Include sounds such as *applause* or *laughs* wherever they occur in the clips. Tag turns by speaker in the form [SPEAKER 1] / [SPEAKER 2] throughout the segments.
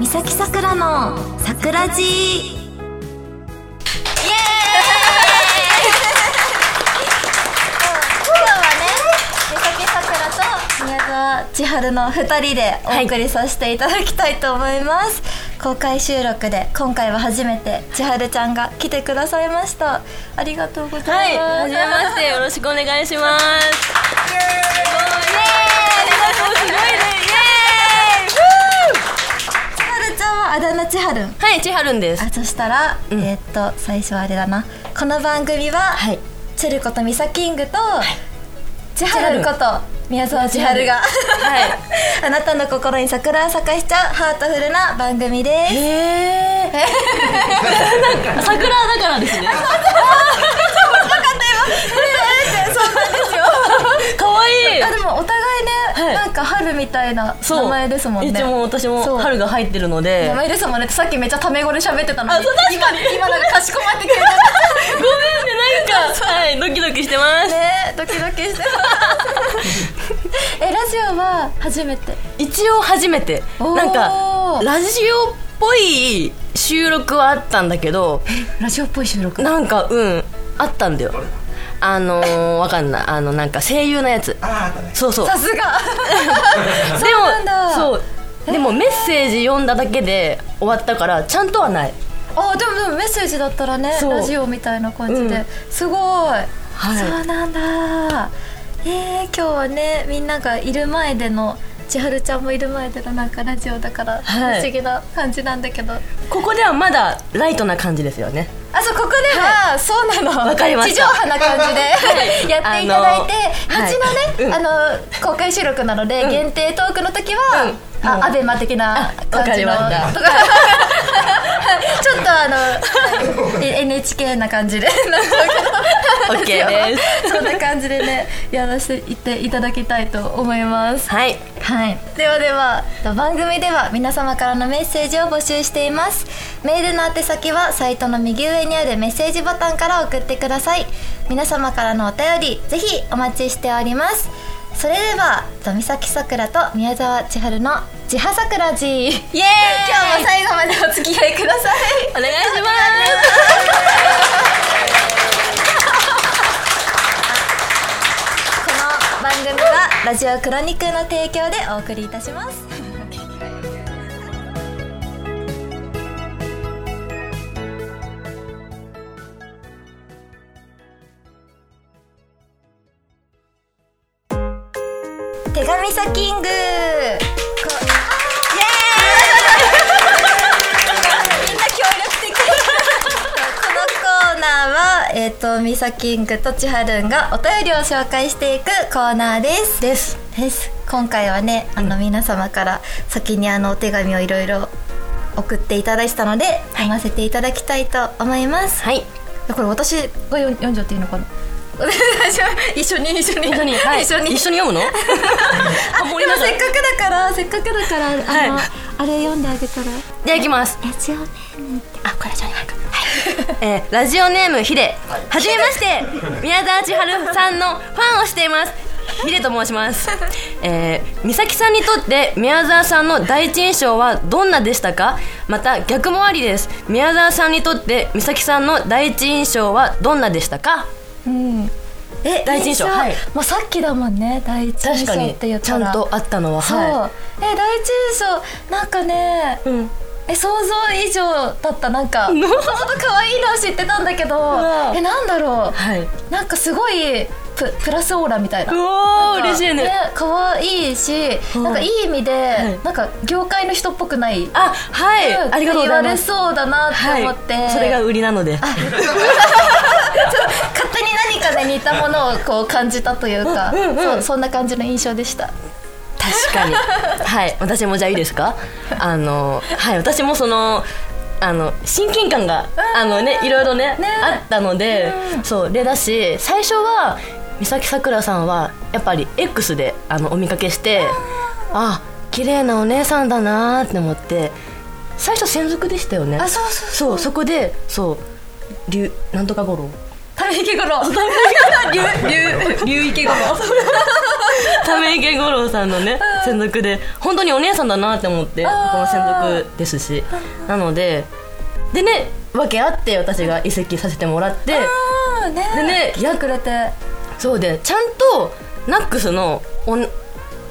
[SPEAKER 1] 三崎さくらの桜地イエーイ今日はね三崎さくらと宮沢千春の二人でお送りさせていただきたいと思います、公開収録で今回は初めて千春ちゃんが来てくださいましたありがとうござ
[SPEAKER 2] はい
[SPEAKER 1] います、
[SPEAKER 2] はじめましてよろしくお願いしますすごいね
[SPEAKER 1] 千春ちゃんはあだ名千春ん
[SPEAKER 2] はい千春んです
[SPEAKER 1] あそしたら、
[SPEAKER 2] うん
[SPEAKER 1] えーっと最初はあれだなこの番組は、
[SPEAKER 2] はい
[SPEAKER 1] チェルコとミサキングと、千
[SPEAKER 2] 千
[SPEAKER 1] 春
[SPEAKER 2] 春
[SPEAKER 1] こと宮沢千春が
[SPEAKER 2] は
[SPEAKER 1] *laughs* あなたの心に桜を咲かしちゃうハートフルな番組で
[SPEAKER 2] い
[SPEAKER 1] す
[SPEAKER 2] へえ桜だからですね可愛い
[SPEAKER 1] あでもお互いね、
[SPEAKER 2] はい
[SPEAKER 1] なんか春みたいな
[SPEAKER 2] そう
[SPEAKER 1] 名前ですもんね
[SPEAKER 2] 一応もう私も
[SPEAKER 1] そう
[SPEAKER 2] 春が入ってるので
[SPEAKER 1] 名前ですもんねってさっきめっちゃタメ語で喋ってたの
[SPEAKER 2] あ
[SPEAKER 1] に
[SPEAKER 2] そう確かに
[SPEAKER 1] 今今なんかかしこまってくれた
[SPEAKER 2] ごめんねなんかはいドキドキしてます
[SPEAKER 1] ねドキドキ
[SPEAKER 2] *laughs*
[SPEAKER 1] してますえラジオは初めて
[SPEAKER 2] 一応初めて
[SPEAKER 1] おー
[SPEAKER 2] なんかラジオっぽい収録はあったんだけど
[SPEAKER 1] ラジオっぽい収録
[SPEAKER 2] なんかうんあったんだよあの
[SPEAKER 1] *laughs*
[SPEAKER 2] ー、わかんないあのなんか声優のやつ
[SPEAKER 3] ああだね
[SPEAKER 2] そうそう
[SPEAKER 1] さすが
[SPEAKER 2] でも
[SPEAKER 1] なんだ
[SPEAKER 2] そうでもメッセージ読んだだけで終わったからちゃんとはない
[SPEAKER 1] あでもでもメッセージだったらね
[SPEAKER 2] そう
[SPEAKER 1] ラジオみたいな感じで、
[SPEAKER 2] うん
[SPEAKER 1] すごい、
[SPEAKER 2] はい
[SPEAKER 1] そうなんだえー、今日はねみんながいる前での千春ちゃんもいる前でのなんかラジオだから、
[SPEAKER 2] はい
[SPEAKER 1] 不思議な感じなんだけど
[SPEAKER 2] ここではまだライトな感じですよね
[SPEAKER 1] あそうここでは、そうなの
[SPEAKER 2] わかりまし
[SPEAKER 1] 地
[SPEAKER 2] た
[SPEAKER 1] 上波な感じで、やっていただいて
[SPEAKER 2] あの
[SPEAKER 1] 後のね、あの公開収録なので、限定トークの時は、
[SPEAKER 2] うんもう
[SPEAKER 1] あアベマ的な
[SPEAKER 2] わ
[SPEAKER 1] 感
[SPEAKER 2] か
[SPEAKER 1] じ
[SPEAKER 2] り
[SPEAKER 1] の
[SPEAKER 2] ました
[SPEAKER 1] とか *laughs* ちょっとあのえ NHK な感じで
[SPEAKER 2] OK です
[SPEAKER 1] *laughs* そんな感じでねやらせていただきたいと思います
[SPEAKER 2] はい
[SPEAKER 1] はい、ではでは番組では皆様からのメッセージを募集していますメールの宛先はサイトの右上にあるメッセージボタンから送ってください皆様からのお便りぜひお待ちしておりますそれでは三崎さくらと宮沢千春の「千葉さくらじ」イエーイ今日も最後までお付き合いください
[SPEAKER 2] お願いします
[SPEAKER 1] この番組はラジオクロニクルの提供でお送りいたします手紙サキングこみんな協力的このコーナーは、えっとミサキングとちはるんがお便りを紹介していくコーナーですです今回はねあの、皆様から先にあのお手紙をいろいろ送っていただいてたので読ませていただきたいと思います、
[SPEAKER 2] はい
[SPEAKER 1] これ私がよ読んじゃっていいのかな *laughs* 一緒に一緒に
[SPEAKER 2] 本当に、はい、
[SPEAKER 1] 一緒に
[SPEAKER 2] 一緒
[SPEAKER 1] *laughs*
[SPEAKER 2] に読むのハモ
[SPEAKER 1] で
[SPEAKER 2] り
[SPEAKER 1] も
[SPEAKER 2] なが
[SPEAKER 1] せ
[SPEAKER 2] ら
[SPEAKER 1] っかくだからせっかくだからあの、
[SPEAKER 2] は
[SPEAKER 1] あれ読んであげたら
[SPEAKER 2] じゃあいきます
[SPEAKER 1] ラジオネームってあこれラジオネームか
[SPEAKER 2] えーラジオネームヒデはじめまして宮沢千春さんのファンをしていますヒデと申します、えー、美咲さんにとって宮沢さんの第一印象はどんなでしたかまた逆もありです宮沢さんにとって美咲さんの第一印象はどんなでしたか
[SPEAKER 1] うんえ
[SPEAKER 2] 第一印象はい
[SPEAKER 1] もうさっきだもんね第一印
[SPEAKER 2] 確か
[SPEAKER 1] 象
[SPEAKER 2] に
[SPEAKER 1] って言っ
[SPEAKER 2] ち
[SPEAKER 1] た
[SPEAKER 2] ゃ
[SPEAKER 1] ら
[SPEAKER 2] んとあったのは
[SPEAKER 1] そう、
[SPEAKER 2] は
[SPEAKER 1] え第一印象なんかね
[SPEAKER 2] い、うん、
[SPEAKER 1] え想像以上だったなんか
[SPEAKER 2] *laughs* の
[SPEAKER 1] もともと可愛いのは知ってたんだけど
[SPEAKER 2] わ
[SPEAKER 1] えなんだろ
[SPEAKER 2] はいう
[SPEAKER 1] なんかすごいププラスオーラみたいな
[SPEAKER 2] おー嬉しいね
[SPEAKER 1] 可愛いし
[SPEAKER 2] い
[SPEAKER 1] なんかいい意味で、
[SPEAKER 2] い
[SPEAKER 1] なんか業界の人っぽくない
[SPEAKER 2] あはい、
[SPEAKER 1] うん
[SPEAKER 2] ありがとうございます
[SPEAKER 1] 言われそうだなって思って、
[SPEAKER 2] はい、それが売りなので
[SPEAKER 1] 勝手に何かで似たものをこう感じたというか、
[SPEAKER 2] うんうんうん
[SPEAKER 1] そうそんな感じの印象でした
[SPEAKER 2] 確かにはい私もじゃあいいですかあのはい私もそのあの親近感があのねいろいろね
[SPEAKER 1] ね
[SPEAKER 2] あったのでそうでだし最初は美咲さくらさんはやっぱり X であのお見かけしてあ綺麗なお姉さんだなーって思って最初専属でしたよね
[SPEAKER 1] あそうそうそう
[SPEAKER 2] そうそこでそう竜なんとか五郎
[SPEAKER 1] ため池五郎 *laughs*
[SPEAKER 2] ため池五郎
[SPEAKER 1] 流池五郎
[SPEAKER 2] *laughs* ため池竹五郎さんのね専属で本当にお姉さんだなって思ってこ
[SPEAKER 1] あー
[SPEAKER 2] の専属ですしなのででね訳あって私が移籍させてもらって
[SPEAKER 1] あーね
[SPEAKER 2] でね
[SPEAKER 1] 来てくれて
[SPEAKER 2] そうでちゃんとナックスのお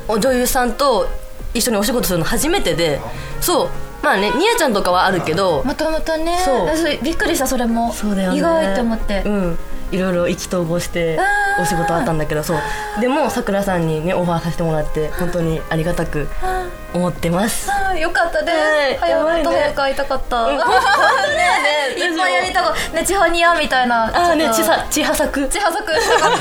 [SPEAKER 2] お女優さんと一緒にお仕事するの初めてでそうまあねニヤちゃんとかはあるけど
[SPEAKER 1] もともとね
[SPEAKER 2] そう
[SPEAKER 1] 私びっくりしたそれも
[SPEAKER 2] そうだよね
[SPEAKER 1] 意外と思って、
[SPEAKER 2] うんいろいろ意気投合して
[SPEAKER 1] あー
[SPEAKER 2] お仕事あったんだけどそうでもさくらさんにねオファーさせてもらって本当にありがたく
[SPEAKER 1] あ
[SPEAKER 2] 思っ
[SPEAKER 1] *laughs*
[SPEAKER 2] てます
[SPEAKER 1] あーよかったで
[SPEAKER 2] はい
[SPEAKER 1] す早
[SPEAKER 2] やば
[SPEAKER 1] もっ
[SPEAKER 2] いね
[SPEAKER 1] と早く会いたかった、
[SPEAKER 2] うん
[SPEAKER 1] あー
[SPEAKER 2] 本当だよね
[SPEAKER 1] いっぱいやりたかったね千葉にやみたいな
[SPEAKER 2] ああね
[SPEAKER 1] ち
[SPEAKER 2] ち
[SPEAKER 1] ょっと
[SPEAKER 2] さちはさく
[SPEAKER 1] ちはさくしたかっ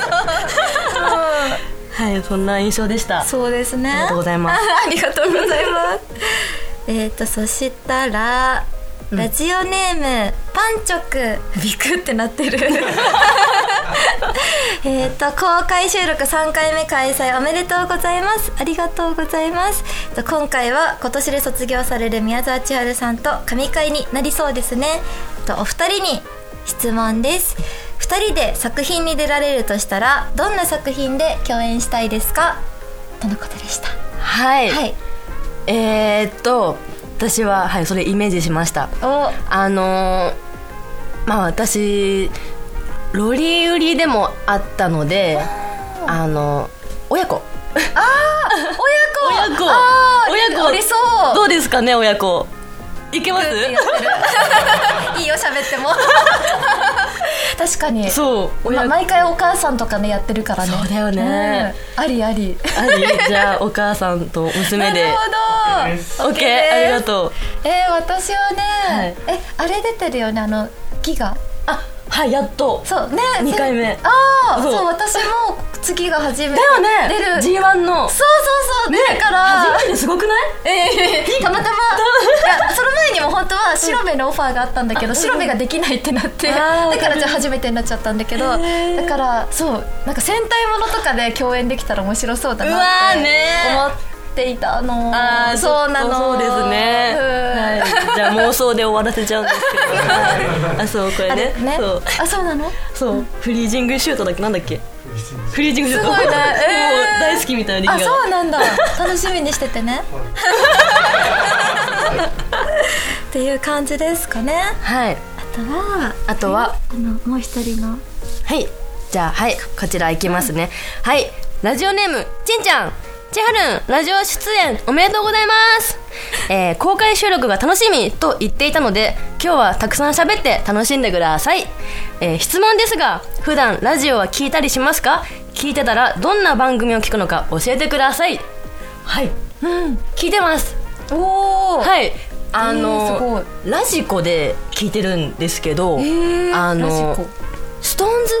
[SPEAKER 1] た
[SPEAKER 2] *laughs* はいそんな印象でした
[SPEAKER 1] そうですね。
[SPEAKER 2] ありがとうございます
[SPEAKER 1] *laughs* ありがとうございます。えっと、そしたら、ラジオネーム、パンチョク。ビクってな
[SPEAKER 2] *laughs*
[SPEAKER 1] ってる。えっと、公開収録3回目開催おめでとうございます。ありがとうございます。えっと今回は今年で卒業される宮沢千春さんと神会になりそうですね。えっとお二人に質問です。二人で作品に出られるとしたら、どんな作品で共演したいですかとのことでした。
[SPEAKER 2] はい、
[SPEAKER 1] はい。
[SPEAKER 2] えー、っと私ははいそれイメージしました
[SPEAKER 1] お、
[SPEAKER 2] あのーまあ私ロリ売りでもあったのであの親子
[SPEAKER 1] 親子
[SPEAKER 2] 親子
[SPEAKER 1] あー
[SPEAKER 2] 親子
[SPEAKER 1] ありそう
[SPEAKER 2] どうですかね親子いけます
[SPEAKER 1] やってる *laughs* いいよ喋っても確かに
[SPEAKER 2] そう
[SPEAKER 1] まあ
[SPEAKER 2] 親子
[SPEAKER 1] 毎回お母さんとかねやってるからね
[SPEAKER 2] そうだよね、
[SPEAKER 1] うんありあり
[SPEAKER 2] あり *laughs*
[SPEAKER 1] *laughs*
[SPEAKER 2] じゃあお母さんと娘で
[SPEAKER 1] なるほど
[SPEAKER 2] OK ありが
[SPEAKER 1] う
[SPEAKER 2] とう
[SPEAKER 1] えー、私はね、
[SPEAKER 2] はい
[SPEAKER 1] えあれ出てるよねあのギガ
[SPEAKER 2] あはいやっと
[SPEAKER 1] そうね
[SPEAKER 2] 二回目
[SPEAKER 1] せああ
[SPEAKER 2] そ
[SPEAKER 1] そうう私も月が初めて
[SPEAKER 2] だよね
[SPEAKER 1] 出る
[SPEAKER 2] G1 の
[SPEAKER 1] そうそうそう、出るから
[SPEAKER 2] 初めてすごくない
[SPEAKER 1] ええたまたまいやその前にも本当は白目のオファーがあったんだけど白目ができないってなってだ
[SPEAKER 2] あー
[SPEAKER 1] からじゃあ初めてになっちゃったんだけどだ
[SPEAKER 2] へー
[SPEAKER 1] からそうなんか戦隊ものとかで共演できたら面白そうだ
[SPEAKER 2] うわ
[SPEAKER 1] なっ
[SPEAKER 2] ー
[SPEAKER 1] て
[SPEAKER 2] ねー
[SPEAKER 1] 思っていたの
[SPEAKER 2] あー
[SPEAKER 1] そうなの
[SPEAKER 2] そうですね、
[SPEAKER 1] うん
[SPEAKER 2] はい、じゃあ妄想で終わらせちゃうんです
[SPEAKER 1] *laughs*
[SPEAKER 2] けどはいあそうこれ
[SPEAKER 1] あれ
[SPEAKER 2] ね
[SPEAKER 1] ね
[SPEAKER 2] そう
[SPEAKER 1] あそうなの
[SPEAKER 2] そう、フリージングシュートだっけなんだっけフリージングシュート
[SPEAKER 1] すごいね
[SPEAKER 2] *laughs* もう
[SPEAKER 1] えー
[SPEAKER 2] 大好きみたいな
[SPEAKER 1] あ
[SPEAKER 2] 力が
[SPEAKER 1] そうなんだ楽しみにしててねっていう感じですかね
[SPEAKER 2] はい
[SPEAKER 1] あとは
[SPEAKER 2] あとは
[SPEAKER 1] あのもう一人の
[SPEAKER 2] はいじゃあはいこちらいきますねはいラジオネームちんちゃんちはるんラジオ出演おめでとうございます、えー公開収録が楽しみと言っていたので今日はたくさん喋って楽しんでください、えー質問ですが普段ラジオは聞いたりしますか聞いてたらどんな番組を聞くのか教えてくださいはい
[SPEAKER 1] うん
[SPEAKER 2] 聞いてます
[SPEAKER 1] おお
[SPEAKER 2] はいあ
[SPEAKER 1] えーすご
[SPEAKER 2] の
[SPEAKER 1] い、
[SPEAKER 2] ラジコで聞いてるんですけど、あのストーンズ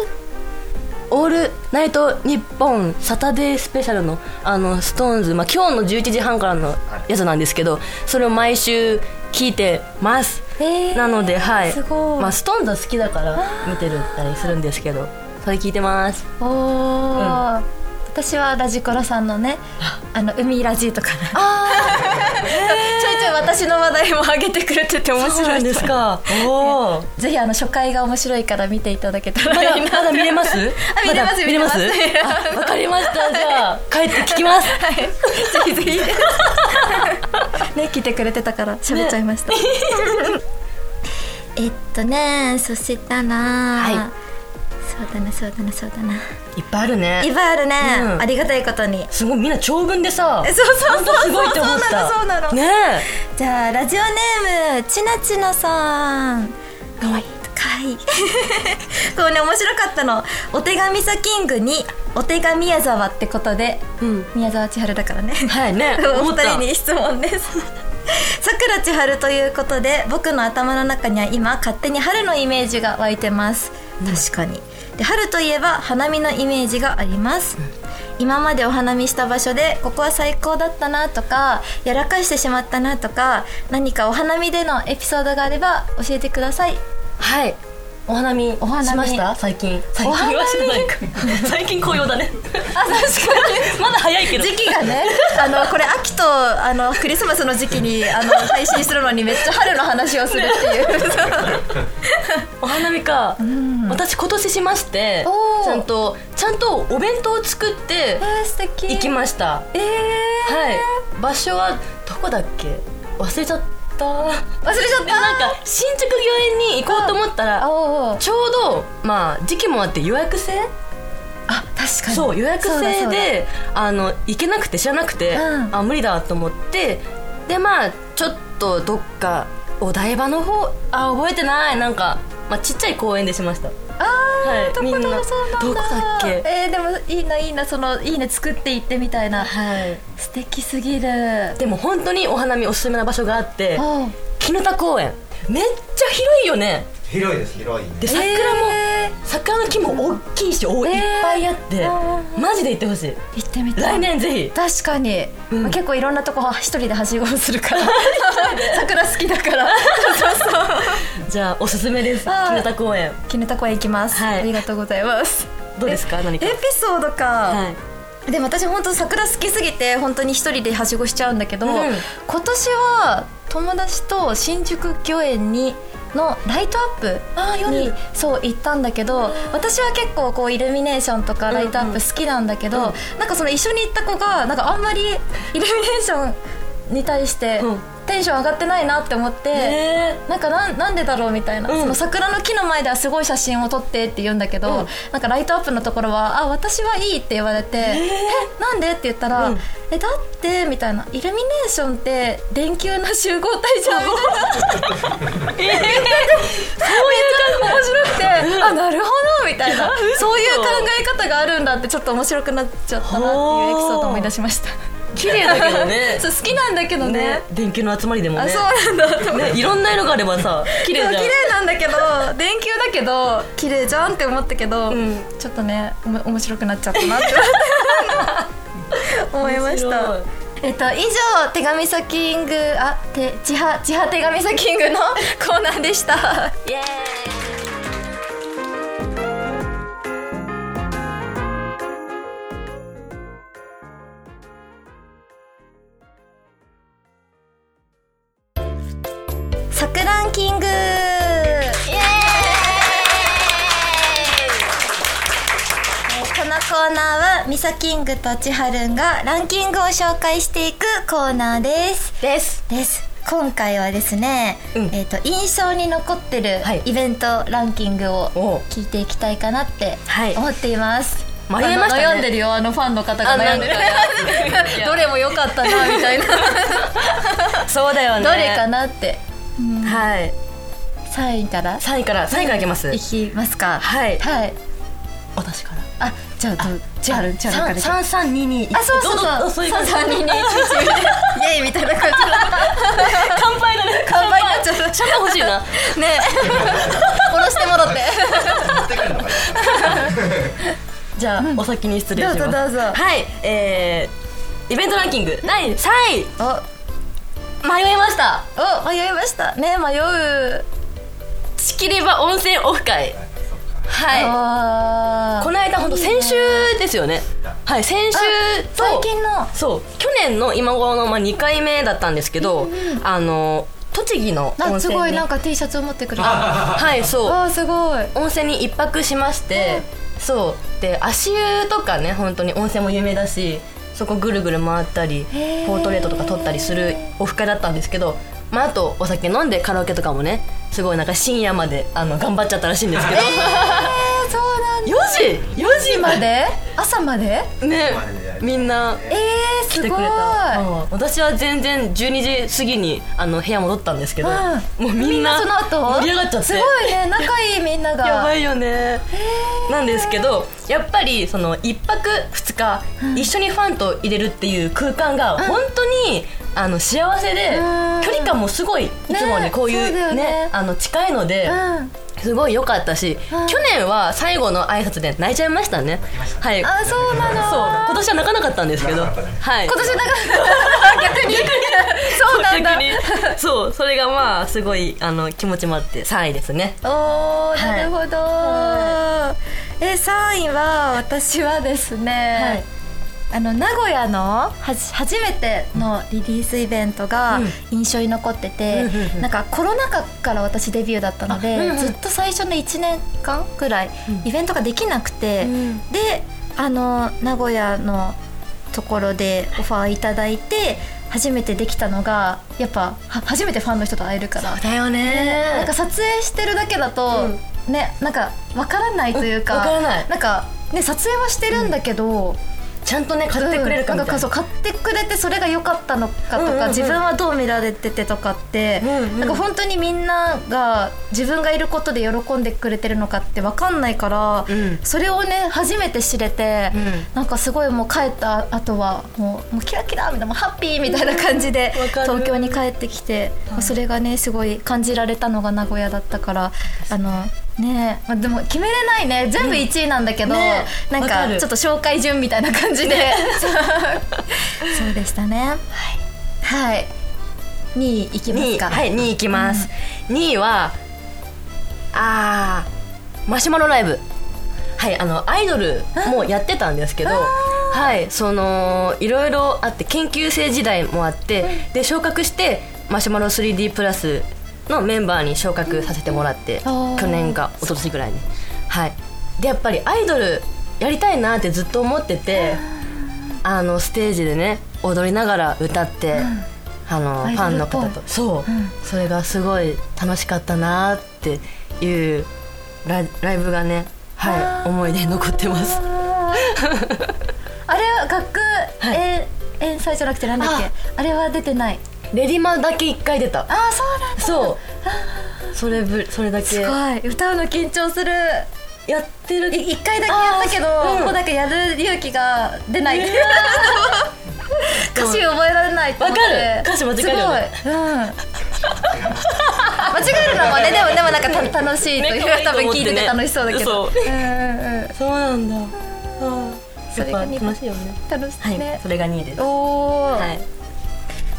[SPEAKER 2] オールナイトニッポンサタデースペシャルのあのストーンズ、まあ、今日の11時半からのやつなんですけどそれを毎週聞いてます、
[SPEAKER 1] えー
[SPEAKER 2] なのではい
[SPEAKER 1] すごい
[SPEAKER 2] まあ、ストーンズは好きだから見てるったりするんですけどそれ聞いてます
[SPEAKER 1] おお、私はラジコロさんのねあの海ラジとかね *laughs* ちょいちょい私の話題も上げてくれてて面
[SPEAKER 2] そう
[SPEAKER 1] 白
[SPEAKER 2] ないんですか
[SPEAKER 1] *laughs*
[SPEAKER 2] おお
[SPEAKER 1] ぜひあの初回が面白いから見ていただけた
[SPEAKER 2] ま
[SPEAKER 1] ら
[SPEAKER 2] だ
[SPEAKER 1] いい
[SPEAKER 2] ま
[SPEAKER 1] な
[SPEAKER 2] だ見れます
[SPEAKER 1] 見れます
[SPEAKER 2] だ見れます
[SPEAKER 1] 見れます
[SPEAKER 2] あわかりましたじゃあ帰って聞きます
[SPEAKER 1] ぜひぜひ *laughs* ね来てくれてたから喋っちゃいま
[SPEAKER 2] *laughs*
[SPEAKER 1] した、えっとねそしたら、
[SPEAKER 2] い
[SPEAKER 1] そうだなそうだなそうだない
[SPEAKER 2] っぱいあるね
[SPEAKER 1] いっぱいあるね、
[SPEAKER 2] うん
[SPEAKER 1] ありがたいことに
[SPEAKER 2] すごいみんな長文でさ
[SPEAKER 1] えそうそうそうそう
[SPEAKER 2] ほんとすごいって思った
[SPEAKER 1] そうなのそうなの
[SPEAKER 2] ね
[SPEAKER 1] じゃあラジオネームちなちなさんかわいいかい *laughs* これね面白かったのお手紙さキングにお手紙宮沢ってことで、
[SPEAKER 2] うん
[SPEAKER 1] 宮沢千春だからね
[SPEAKER 2] えはいね
[SPEAKER 1] *laughs* お二
[SPEAKER 2] 思った
[SPEAKER 1] 人に質問ですさくら千春ということで僕の頭の中には今勝手に春のイメージが湧いてます確かにで春といえば花見のイメージがあります、今までお花見した場所でここは最高だったなとかやらかしてしまったなとか何かお花見でのエピソードがあれば教えてください
[SPEAKER 2] はいお花見お
[SPEAKER 1] 花見
[SPEAKER 2] しました最近最
[SPEAKER 1] お花見
[SPEAKER 2] はしてないか
[SPEAKER 1] *laughs*
[SPEAKER 2] 最近紅葉だね
[SPEAKER 1] あ確かに
[SPEAKER 2] *laughs* まだ早いけど
[SPEAKER 1] 時期がねあのこれ秋とあのクリスマスの時期にあの配信するのにめっちゃ春の話をするっていう
[SPEAKER 2] お花見かうん、私今年しまして
[SPEAKER 1] おー
[SPEAKER 2] ちゃんとちゃんとお弁当を作って
[SPEAKER 1] えー、素敵
[SPEAKER 2] 行きました
[SPEAKER 1] えー、
[SPEAKER 2] はい場所はどこだっけ忘れちゃった
[SPEAKER 1] 忘れちゃった
[SPEAKER 2] なんか新宿御苑に行こうと思った
[SPEAKER 1] あ
[SPEAKER 2] ら
[SPEAKER 1] おうおう
[SPEAKER 2] ちょうどまあ時期もあって予約制
[SPEAKER 1] あ確かに
[SPEAKER 2] そう予約制
[SPEAKER 1] そうだそう
[SPEAKER 2] であの行けなくて知らなくて、
[SPEAKER 1] うん
[SPEAKER 2] あ無理だと思ってでまあちょっとどっかお台場の方あ覚えてないなんか、まあ、ちっちゃい公園でしました
[SPEAKER 1] だあー、
[SPEAKER 2] はい
[SPEAKER 1] どこ
[SPEAKER 2] みん
[SPEAKER 1] だ
[SPEAKER 2] な
[SPEAKER 1] ろうそうなんだ
[SPEAKER 2] どこだっけ
[SPEAKER 1] えー、でもいいないいなそのいいね作っていってみたいな
[SPEAKER 2] はい
[SPEAKER 1] 素敵すぎるあ
[SPEAKER 2] でも本当にお花見おすすめな場所があって
[SPEAKER 1] おう
[SPEAKER 2] 絹田公園めっちゃ広いよね
[SPEAKER 3] 広いです広いね
[SPEAKER 2] で桜も、
[SPEAKER 1] え
[SPEAKER 2] 桜の木も大きいし、お
[SPEAKER 1] えー
[SPEAKER 2] いっぱいあって、
[SPEAKER 1] うん
[SPEAKER 2] マジで行ってほしい
[SPEAKER 1] ー行ってみたい
[SPEAKER 2] 来年ぜひ
[SPEAKER 1] 確かに、
[SPEAKER 2] うん
[SPEAKER 1] まあ結構いろんなとこは一人ではしごをする
[SPEAKER 2] *laughs*
[SPEAKER 1] から桜好きだからそうそうそう
[SPEAKER 2] じゃあおすすめです
[SPEAKER 1] はい
[SPEAKER 2] 絹田公園
[SPEAKER 1] 絹田公園行きます、
[SPEAKER 2] はい
[SPEAKER 1] ありがとうございます
[SPEAKER 2] どうですか何か
[SPEAKER 1] エピソードか、
[SPEAKER 2] はい
[SPEAKER 1] でも私本当桜好きすぎて本当に一人ではしごしちゃうんだけど、
[SPEAKER 2] うん
[SPEAKER 1] 今年は友達と新宿御苑にのライトアッ
[SPEAKER 2] あー
[SPEAKER 1] プ
[SPEAKER 2] 夜
[SPEAKER 1] にそう行ったんだけど私は結構こうイルミネーションとかライトアップ好きなんだけど、
[SPEAKER 2] うんうん
[SPEAKER 1] なんかその一緒に行った子がなんかあんまりイルミネーションに対して
[SPEAKER 2] うん
[SPEAKER 1] テンション上がってないなって思って。
[SPEAKER 2] え
[SPEAKER 1] なんかなんなんでだろうみたいな、
[SPEAKER 2] うん
[SPEAKER 1] その桜の木の前ではすごい写真を撮ってって言うんだけど、
[SPEAKER 2] うん
[SPEAKER 1] なんかライトアップのところは「あ私はいい」って言われて「えなんで?」って言ったら「
[SPEAKER 2] うん
[SPEAKER 1] えだって」みたいな「イルミネーションって電球の集合体じゃん」みたいな
[SPEAKER 2] ー、 *laughs* えー
[SPEAKER 1] 面白くて「あなるほど」みたいな
[SPEAKER 2] 嘘
[SPEAKER 1] そういう考え方があるんだってちょっと面白くなっちゃったなっていうエピソードを思い出しました
[SPEAKER 2] 綺麗だけどね
[SPEAKER 1] *laughs* そう好きなんだけどね
[SPEAKER 2] ね電球の集まりでもね
[SPEAKER 1] あそうなんだと思って
[SPEAKER 2] ねいろんな色があれば
[SPEAKER 1] *laughs*
[SPEAKER 2] さ綺麗
[SPEAKER 1] そう
[SPEAKER 2] じゃん
[SPEAKER 1] 綺麗なんだけど電球だけど綺麗じゃんって思ったけど、
[SPEAKER 2] うん
[SPEAKER 1] ちょっとねおも面白くなっちゃったなって思いました
[SPEAKER 2] 面白い
[SPEAKER 1] えっと以上手紙ソキングあて千葉千葉手紙ソキングの *laughs* コーナーでした
[SPEAKER 2] イエーイ
[SPEAKER 1] さくらんキングえーこのコーナーはみそキングとちはるんがランキングを紹介していくコーナーです
[SPEAKER 2] です
[SPEAKER 1] です今回はですね、
[SPEAKER 2] うん
[SPEAKER 1] えっと印象に残ってる
[SPEAKER 2] はい
[SPEAKER 1] イベントランキングを
[SPEAKER 2] おう
[SPEAKER 1] 聞いていきたいかなって
[SPEAKER 2] はい
[SPEAKER 1] 思っています、
[SPEAKER 2] 迷いましたね
[SPEAKER 1] あの悩んでるよあのファンの方が
[SPEAKER 2] あな
[SPEAKER 1] 悩
[SPEAKER 2] ん
[SPEAKER 1] ん
[SPEAKER 2] か
[SPEAKER 1] でるどれも良かったなみたいな
[SPEAKER 2] そうだよね
[SPEAKER 1] どれかなって
[SPEAKER 2] はい
[SPEAKER 1] 3位から
[SPEAKER 2] 3位から3位からいきます
[SPEAKER 1] いきますか
[SPEAKER 2] はい
[SPEAKER 1] はい
[SPEAKER 2] 私から
[SPEAKER 1] あじゃあどう千春千春からいき
[SPEAKER 2] 三三二二
[SPEAKER 1] あそうそうそう
[SPEAKER 2] そういう感じ
[SPEAKER 1] 3 2 2 1 1イエイみたいな感じ
[SPEAKER 2] *laughs* 乾杯だね
[SPEAKER 1] 乾杯になっちゃった
[SPEAKER 2] シャンパン欲しいな
[SPEAKER 1] *laughs* ねえ下ろしてもろって
[SPEAKER 3] 持ってくるのかな
[SPEAKER 2] じゃあ、 *laughs* お先に失礼します
[SPEAKER 1] どうぞどうぞ
[SPEAKER 2] はいえー、イベントランキング第3位
[SPEAKER 1] お
[SPEAKER 2] 迷いました
[SPEAKER 1] お迷いましたね迷う
[SPEAKER 2] 仕切り場温泉オフ会は
[SPEAKER 1] はい
[SPEAKER 2] この間本当先週ですよねはい先週と
[SPEAKER 1] 最近の
[SPEAKER 2] そう去年の今頃のまあ2回目だったんですけど、あの栃木の温泉
[SPEAKER 1] な
[SPEAKER 2] に
[SPEAKER 1] すごいなんか T シャツを持ってくれた
[SPEAKER 2] はいそう
[SPEAKER 1] あーすごい
[SPEAKER 2] 温泉に一泊しまして、そうで足湯とかね本当に温泉も有名だしそこぐるぐる回ったり
[SPEAKER 1] へー
[SPEAKER 2] ポートレートとか撮ったりするオフ会だったんですけど、まあ、あとお酒飲んでカラオケとかもねすごいなんか深夜まであの頑張っちゃったらしいんですけど、 *laughs*
[SPEAKER 1] えー、そうなんだ
[SPEAKER 2] 4時4時
[SPEAKER 1] まで朝まで
[SPEAKER 2] ね
[SPEAKER 3] までやる
[SPEAKER 2] みんな
[SPEAKER 1] えー、
[SPEAKER 2] 来
[SPEAKER 1] す
[SPEAKER 2] て
[SPEAKER 1] ご
[SPEAKER 2] く
[SPEAKER 1] い
[SPEAKER 2] れた、うん私は全然12時過ぎにあの部屋戻ったんですけど、
[SPEAKER 1] うん
[SPEAKER 2] もうみんな
[SPEAKER 1] その後
[SPEAKER 2] 盛り上がっちゃって
[SPEAKER 1] すごいね仲いいみんなが
[SPEAKER 2] やば
[SPEAKER 1] い
[SPEAKER 2] いよねなんですけどやっぱりその1泊2日、一緒にファンと入れるっていう空間が本当に、あの幸せで、
[SPEAKER 1] うん
[SPEAKER 2] 距離感もすごいいつもね
[SPEAKER 1] ね
[SPEAKER 2] こうい
[SPEAKER 1] そうだよ
[SPEAKER 2] うね
[SPEAKER 1] ね
[SPEAKER 2] あの近いので、
[SPEAKER 1] うん
[SPEAKER 2] すごい良かったし、
[SPEAKER 1] うん
[SPEAKER 2] 去年は最後の挨拶で泣いちゃいましたねはい
[SPEAKER 1] あそうなの
[SPEAKER 2] そう今年は泣かなかったんですけど、
[SPEAKER 3] 泣かなかったね
[SPEAKER 2] はい
[SPEAKER 1] 今年だから
[SPEAKER 2] *laughs*
[SPEAKER 1] 逆にそうなんだ
[SPEAKER 2] 逆にそうそれがまあすごいあの気持ちもあって3位ですね
[SPEAKER 1] おー、
[SPEAKER 2] はい
[SPEAKER 1] なるほど、え3位は私はですね、あの名古屋の
[SPEAKER 2] *laughs*
[SPEAKER 1] はじ初めてのリリースイベントが印象に残ってて、なんかコロナ禍から私デビューだったので、ずっと最初の1年間くらいイベントができなくて、であの名古屋のところでオファーいただいて初めてできたのがやっぱは初めてファンの人と会えるから
[SPEAKER 2] だよね
[SPEAKER 1] なんか撮影してるだけだと、ねなんかわからないというか
[SPEAKER 2] うんわからな
[SPEAKER 1] ん
[SPEAKER 2] い
[SPEAKER 1] か、ね、撮影はしてるんだけど、
[SPEAKER 2] ちゃんとね買ってくれるか
[SPEAKER 1] うんな
[SPEAKER 2] み
[SPEAKER 1] んか
[SPEAKER 2] たいな
[SPEAKER 1] そう買ってくれてそれが良かったのかとか、
[SPEAKER 2] うんうんうん
[SPEAKER 1] 自分はどう見られててとかって、
[SPEAKER 2] うんうん
[SPEAKER 1] なんか本当にみんなが自分がいることで喜んでくれてるのかって分かんないから、
[SPEAKER 2] うん
[SPEAKER 1] それをね初めて知れて、
[SPEAKER 2] うん
[SPEAKER 1] なんかすごいもう帰った後はもうもうキラキラみたいなもうハッピーみたいな感じで
[SPEAKER 2] *laughs* わかる
[SPEAKER 1] 東京に帰ってきて、まあそれがねすごい感じられたのが名古屋だったからあのねえまあ、でも決めれないね全部1位なんだけど、
[SPEAKER 2] うんねえ
[SPEAKER 1] なん
[SPEAKER 2] わか
[SPEAKER 1] か
[SPEAKER 2] る
[SPEAKER 1] ちょっと紹介順みたいな感じで、 *laughs* そうでしたねはい、2位いきま
[SPEAKER 2] 2
[SPEAKER 1] す
[SPEAKER 2] 位
[SPEAKER 1] か
[SPEAKER 2] はい2位いきます、2位はあーマシュマロライブはいあのアイドルもやってたんですけどはいそのいろいろあって研究生時代もあってで昇格してマシュマロ 3D プラスのメンバーに昇格させてもらって、
[SPEAKER 1] うんあー
[SPEAKER 2] 去年か一昨年ぐらいにはいでやっぱりアイドルやりたいなってずっと思っててあのステージでね踊りながら歌って、あの
[SPEAKER 1] アイ
[SPEAKER 2] フ
[SPEAKER 1] ド
[SPEAKER 2] ァン
[SPEAKER 1] ル
[SPEAKER 2] の
[SPEAKER 1] っぽい
[SPEAKER 2] 方とそう、
[SPEAKER 1] うん
[SPEAKER 2] それがすごい楽しかったなっていうライライブがねはい思い出に残ってます
[SPEAKER 1] あー *laughs* あれは楽、
[SPEAKER 2] い
[SPEAKER 1] えー演奏じゃなくてなんだっけあれは出てない
[SPEAKER 2] レリマだけ一回出た
[SPEAKER 1] ああそうなんだ
[SPEAKER 2] そうそれぶそれだけ
[SPEAKER 1] すごい歌うの緊張する
[SPEAKER 2] やってる
[SPEAKER 1] い一回だけやったけど、
[SPEAKER 2] あーうん
[SPEAKER 1] ここだけやる勇気が出ない *laughs* 歌詞覚えられないと思って
[SPEAKER 2] わかる歌詞間違えるよね
[SPEAKER 1] すごい、うん、間違えるのもねでもでもなんかた楽しいというか、
[SPEAKER 2] ね
[SPEAKER 1] 多分聞いてて楽しそうだけど
[SPEAKER 2] そう
[SPEAKER 1] うんうんうん
[SPEAKER 2] そうなんだあー
[SPEAKER 1] それが
[SPEAKER 2] やっぱ楽しいよね
[SPEAKER 1] 楽し
[SPEAKER 2] はい
[SPEAKER 1] いね、
[SPEAKER 2] それが2位です
[SPEAKER 1] おお、
[SPEAKER 2] はい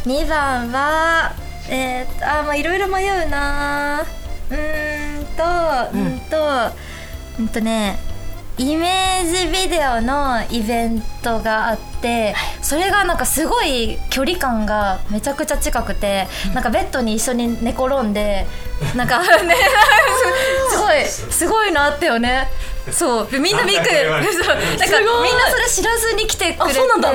[SPEAKER 1] 2番はえー、とあーまあいろいろ迷うなうーんとうんとうんとねイメージビデオのイベントがあってそれがなんかすごい距離感がめちゃくちゃ近くてなんかベッドに一緒に寝転ん
[SPEAKER 2] *laughs*
[SPEAKER 1] でなんかね *laughs* すごいすごいのあったよねそうみんなびっくりそうなんかみんなそれ知らずに来てくれ
[SPEAKER 2] あ
[SPEAKER 1] て
[SPEAKER 2] そうなんだ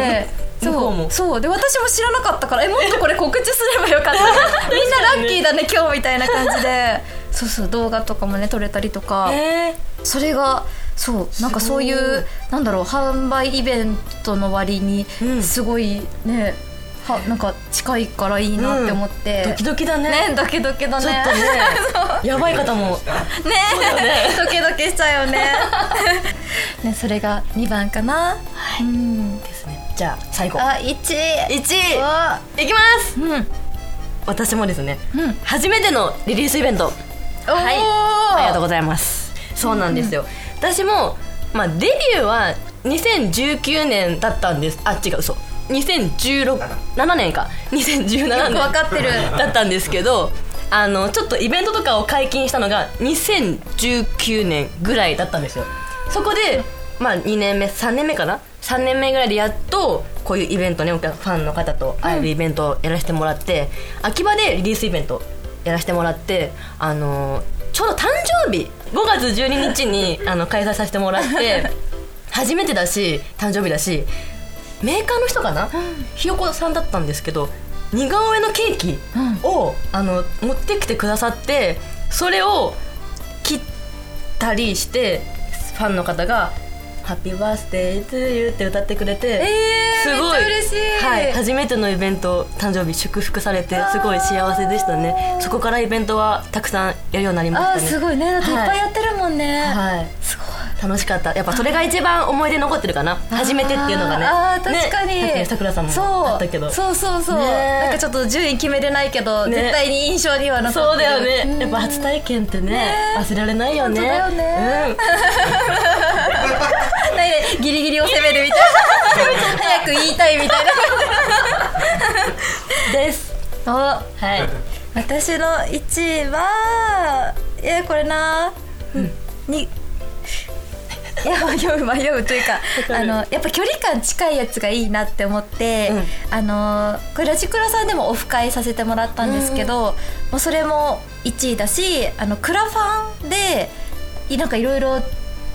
[SPEAKER 1] そう
[SPEAKER 2] 向こうも
[SPEAKER 1] そうで私も知らなかったからえもっとこれ告知すればよ
[SPEAKER 2] *laughs*
[SPEAKER 1] かったみんなラッキーだね今日みたいな感じでそうそう動画とかもね撮れたりとか、
[SPEAKER 2] え
[SPEAKER 1] それがそうなんかそういうなんだろう販売イベントの割に
[SPEAKER 2] うん
[SPEAKER 1] すごいね、はなんか近いからいいなって思って、
[SPEAKER 2] ドキドキだね
[SPEAKER 1] ねドキドキだね
[SPEAKER 2] ちょっ *laughs* とねやばい方も *laughs*
[SPEAKER 1] ねドキドキしちゃうよねねそれが2番かな、うん
[SPEAKER 2] ですねじゃあ最後
[SPEAKER 1] あ1位
[SPEAKER 2] 1
[SPEAKER 1] う
[SPEAKER 2] 位
[SPEAKER 1] わ
[SPEAKER 2] いきます
[SPEAKER 1] うんうん
[SPEAKER 2] 私もですね初めてのリリースイベント
[SPEAKER 1] おー
[SPEAKER 2] はいありがとうございますそうなんですよ、私も、まあ、デビューは2019年だったんですあ違う嘘2017年か2017年
[SPEAKER 1] よくわかってる
[SPEAKER 2] だったんですけどあのちょっとイベントとかを解禁したのが2019年ぐらいだったんですよそこで、まあ、2年目3年目かな3年目ぐらいでやっとこういうイベントねお客ファンの方と会えるイベントをやらせてもらって、秋葉でリリースイベントやらせてもらってあのちょうど誕生日5月12日にあの開催させてもら
[SPEAKER 1] *laughs*
[SPEAKER 2] って初めてだし誕生日だしメーカーの人かな、ひよこさんだったんですけど似顔絵のケーキを、あの持ってきてくださってそれを切ったりしてファンの方が「ハッピーバースデートゥーユー」って歌ってくれて、
[SPEAKER 1] えー
[SPEAKER 2] すごい
[SPEAKER 1] めっちゃ嬉しい
[SPEAKER 2] はい、初めてのイベント誕生日祝福されてすごい幸せでしたねそこからイベントはたくさんやるようになりました
[SPEAKER 1] あ
[SPEAKER 2] ね
[SPEAKER 1] ーすごいねだっていっぱいやってるもんね、
[SPEAKER 2] はい
[SPEAKER 1] すごい
[SPEAKER 2] 楽しかったやっぱそれが一番思い出残ってるかな初めてっていうのがね
[SPEAKER 1] あーあー確かに、
[SPEAKER 2] ねさっきのさくらさんも
[SPEAKER 1] そう
[SPEAKER 2] あったけど
[SPEAKER 1] そうそうそう、
[SPEAKER 2] ねえ
[SPEAKER 1] なんかちょっと順位決めれないけど、
[SPEAKER 2] ね
[SPEAKER 1] 絶対に印象には残ってる
[SPEAKER 2] そうだよね、
[SPEAKER 1] ん
[SPEAKER 2] やっぱ初体験ってね忘れられないよね
[SPEAKER 1] 本当だよね
[SPEAKER 2] うん
[SPEAKER 1] ないねギリギリを攻めるみたい
[SPEAKER 2] *laughs*
[SPEAKER 1] な早く言いたいみたい
[SPEAKER 2] *laughs* です
[SPEAKER 1] なお
[SPEAKER 2] はい
[SPEAKER 1] 私の1位はえこれな、にいや *laughs* 迷う迷うというかあのやっぱ距離感近いやつがいいなって思って、あのこれラジクラさんでもオフ会させてもらったんですけど、もうそれも1位だしあのクラファンでいなんかいろいろ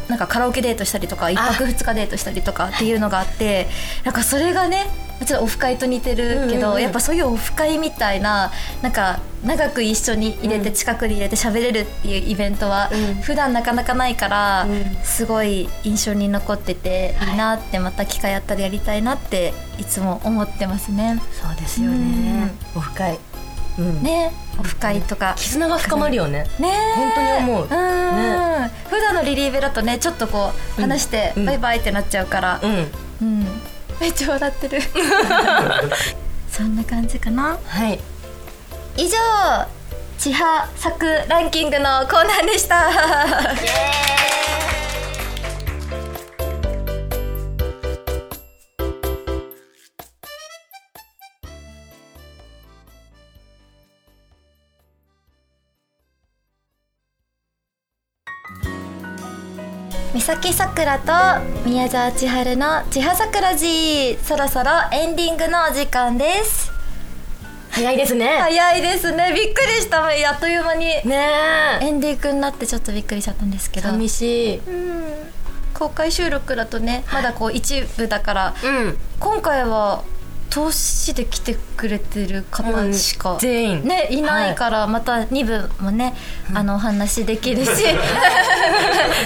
[SPEAKER 1] なんかカラオケデートしたりとか一泊二日デートしたりとかっていうのがあってなんかそれがねちょっとオフ会と似てるけど、やっぱそういうオフ会みたいななんか長く一緒に入れて近くに入れて喋れるっていうイベントは、普段なかなかないから、すごい印象に残ってて、いいなってまた機会あったらやりたいなっていつも思ってますね。
[SPEAKER 2] そうですよねオフ会うん
[SPEAKER 1] ねオフ会とか
[SPEAKER 2] 絆が深まるよね
[SPEAKER 1] ねえ
[SPEAKER 2] 本当に思う
[SPEAKER 1] うん、普段のリリーベだとねちょっとこう話して、
[SPEAKER 2] うん
[SPEAKER 1] バイバイってなっちゃうから
[SPEAKER 2] う、ん
[SPEAKER 1] うんめっちゃ笑って
[SPEAKER 2] *laughs*
[SPEAKER 1] るそんな感じかな
[SPEAKER 2] はい
[SPEAKER 1] 以上千葉作ランキングのコーナーでした三崎さくらと宮沢千春の千葉さくらじそろそろエンディングのお時間です
[SPEAKER 2] 早いですね
[SPEAKER 1] 早いですねびっくりしたもうあっという間に
[SPEAKER 2] ねえ
[SPEAKER 1] エンディングになってちょっとびっくりしちゃったんですけど
[SPEAKER 2] 寂しい
[SPEAKER 1] うん公開収録だとねまだこう一部だから
[SPEAKER 2] うん
[SPEAKER 1] 今回は投資で来てくれてる方しか、
[SPEAKER 2] うん全員
[SPEAKER 1] ねいないから、また2部もねあのお話で
[SPEAKER 2] *laughs*
[SPEAKER 1] きるし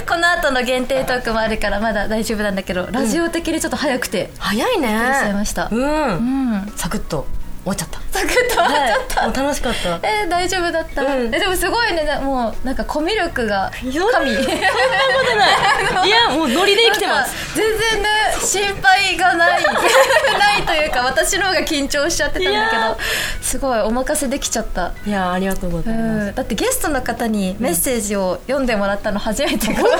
[SPEAKER 1] この後の限定トークもあるからまだ大丈夫なんだけどラジオ的にちょっと早くて、
[SPEAKER 2] 早いね
[SPEAKER 1] っくりしちゃいましたう
[SPEAKER 2] う
[SPEAKER 1] んん
[SPEAKER 2] サクッと終わっちゃった
[SPEAKER 1] サクッと終わっちゃった、
[SPEAKER 2] はいもう楽しかった
[SPEAKER 1] えー、大丈夫だった、
[SPEAKER 2] うん
[SPEAKER 1] えでもすごいねなもうなんかコミュ力が神
[SPEAKER 2] *laughs* そんなこ
[SPEAKER 1] *laughs*
[SPEAKER 2] とないいやもうノリで生きてます
[SPEAKER 1] なんか全然ね心配がない *laughs* ないというか私の方が緊張しちゃってたん
[SPEAKER 2] いや
[SPEAKER 1] だけどすごいお任せできちゃった
[SPEAKER 2] いやありがとうご
[SPEAKER 1] う
[SPEAKER 2] ざいます、
[SPEAKER 1] んだってゲストの方にメッセージを読んでもらったの初めて本当に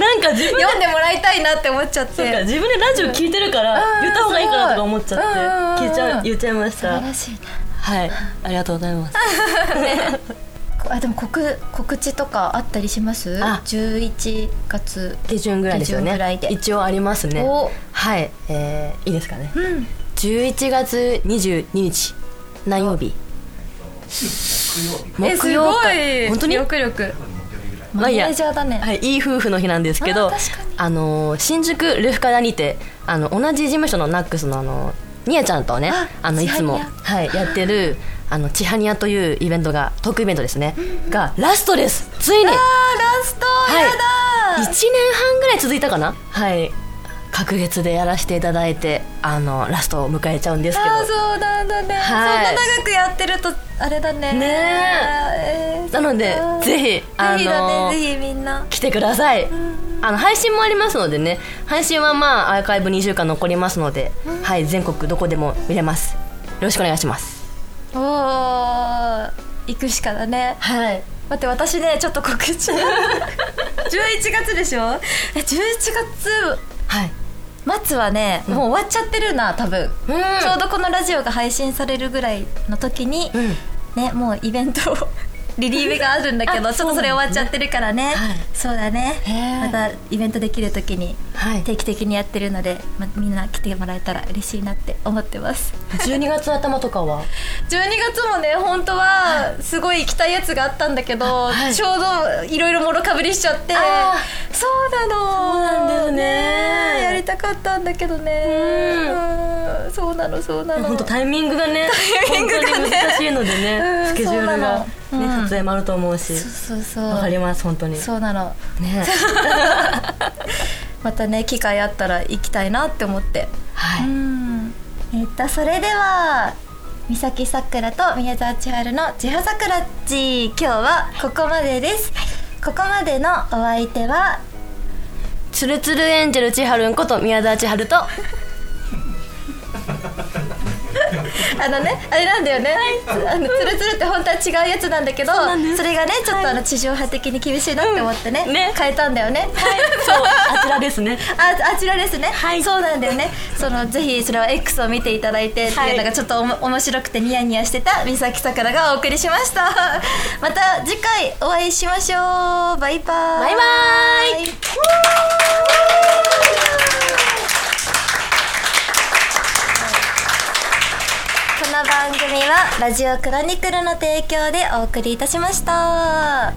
[SPEAKER 2] なんか自分で
[SPEAKER 1] 読んでもらいたいなって思っちゃっ
[SPEAKER 2] なんか
[SPEAKER 1] て
[SPEAKER 2] 自分でラジオ聞いてるから
[SPEAKER 1] うん
[SPEAKER 2] 言った方がいいかなとか思っちゃって
[SPEAKER 1] うん
[SPEAKER 2] 聞いちゃう言っちゃいまし
[SPEAKER 1] 素
[SPEAKER 2] た
[SPEAKER 1] 晴らしいな
[SPEAKER 2] はいありがとうございます
[SPEAKER 1] こあでも告告知とかあったりします
[SPEAKER 2] あ
[SPEAKER 1] 11月
[SPEAKER 2] 下旬ぐらいですよ
[SPEAKER 1] 下旬
[SPEAKER 2] ね
[SPEAKER 1] ぐらいで
[SPEAKER 2] 一応ありますね
[SPEAKER 1] お
[SPEAKER 2] はいえーいいですかね
[SPEAKER 1] うん
[SPEAKER 2] 11月22日何曜日
[SPEAKER 1] え
[SPEAKER 2] 木
[SPEAKER 1] す
[SPEAKER 2] 曜
[SPEAKER 1] ご
[SPEAKER 2] か
[SPEAKER 1] い
[SPEAKER 2] 本当に
[SPEAKER 1] 記力
[SPEAKER 2] ま
[SPEAKER 1] マ
[SPEAKER 2] あいいや
[SPEAKER 1] ネージャーだね、
[SPEAKER 2] はい、いい夫婦の日なんですけど
[SPEAKER 1] あー確かに
[SPEAKER 2] あのー新宿レフカダにてあの同じ事務所のナックスのあのニアちゃんとね
[SPEAKER 1] あ
[SPEAKER 2] あのい
[SPEAKER 1] チハ
[SPEAKER 2] つ
[SPEAKER 1] ニア
[SPEAKER 2] も、はい、やってるあのチハニアというイベントがトークイベントですね、がラストですついに
[SPEAKER 1] あ
[SPEAKER 2] 1
[SPEAKER 1] ーラスト
[SPEAKER 2] い
[SPEAKER 1] やだー、
[SPEAKER 2] 年半ぐらい続いたかなはい隔月でやらせていただいてあのラストを迎えちゃうんですけ
[SPEAKER 1] ああ
[SPEAKER 2] ど
[SPEAKER 1] そうなんだね、
[SPEAKER 2] はい
[SPEAKER 1] そんな長くやってるとあれだね
[SPEAKER 2] ね
[SPEAKER 1] えー
[SPEAKER 2] なので
[SPEAKER 1] そっか
[SPEAKER 2] ぜひあの
[SPEAKER 1] ぜひだねぜひみんな
[SPEAKER 2] 来てくださいあの配信もありますのでね配信はまあアーカイブ2週間残りますので、はい、全国どこでも見れますよろしくお願いします
[SPEAKER 1] おー行くしかだね
[SPEAKER 2] はい
[SPEAKER 1] 待って私ねちょっと告
[SPEAKER 2] *laughs*
[SPEAKER 1] 知11月でしょえ11
[SPEAKER 2] はい
[SPEAKER 1] 月末はね、もう終わっちゃってるな多分、
[SPEAKER 2] うん
[SPEAKER 1] ちょうどこのラジオが配信されるぐらいの時に、
[SPEAKER 2] うん
[SPEAKER 1] ねもうイベント *laughs* をリリーベがあるんだけど
[SPEAKER 2] あ
[SPEAKER 1] ちょっとそれ終
[SPEAKER 2] そうなんだね
[SPEAKER 1] わっちゃってるからね、
[SPEAKER 2] はい
[SPEAKER 1] そうだね
[SPEAKER 2] へー
[SPEAKER 1] またイベントできる時に
[SPEAKER 2] はい
[SPEAKER 1] 定期的にやってるので、ま、みんな来てもらえたら嬉しいなって思ってます
[SPEAKER 2] 12月頭とかは
[SPEAKER 1] 12月もね本当はすごい行きたいやつがあったんだけど、
[SPEAKER 2] はい
[SPEAKER 1] ちょうどいろいろもろかぶりしちゃって
[SPEAKER 2] あ
[SPEAKER 1] そうなの
[SPEAKER 2] そうなんだよね
[SPEAKER 1] えやりたかったんだけどねうんそうなのそうなの
[SPEAKER 2] 本当タイミングがね
[SPEAKER 1] タイミングがね
[SPEAKER 2] 本当に難しいのでね、
[SPEAKER 1] うん
[SPEAKER 2] スケジュールが、ね
[SPEAKER 1] そうなのうん
[SPEAKER 2] 撮影もあると思うし
[SPEAKER 1] そうそうそう
[SPEAKER 2] わかります本当に
[SPEAKER 1] そうなの
[SPEAKER 2] ね
[SPEAKER 1] *laughs* またね機会あったら行きたいなって思って
[SPEAKER 2] はい、
[SPEAKER 1] うんえっとそれでは三崎さくらと宮沢千春の「千葉さくらっち」今日はここまでです、ここまでのお相手は
[SPEAKER 2] つるつるエンジェル千春んこと宮沢千春と
[SPEAKER 1] あのねあれなんだよね、あのつるつるって本当は違うやつなんだけど
[SPEAKER 2] なんです
[SPEAKER 1] それがねちょっとあの地上波的に厳しいなって思ってね,、
[SPEAKER 2] うんね
[SPEAKER 1] 変えたんだよね、
[SPEAKER 2] そうあちらですね
[SPEAKER 1] あ *laughs* あちらですね、そうなんだよねそのぜひそれは X を見ていただいてっていうのがちょっとおも面白くてニヤニヤしてた三崎さくらがお送りしましたまた次回お会いしましょうバイバイ
[SPEAKER 2] バイバーイ
[SPEAKER 1] イこの番組は「ラジオクロニクル」の提供でお送りいたしました。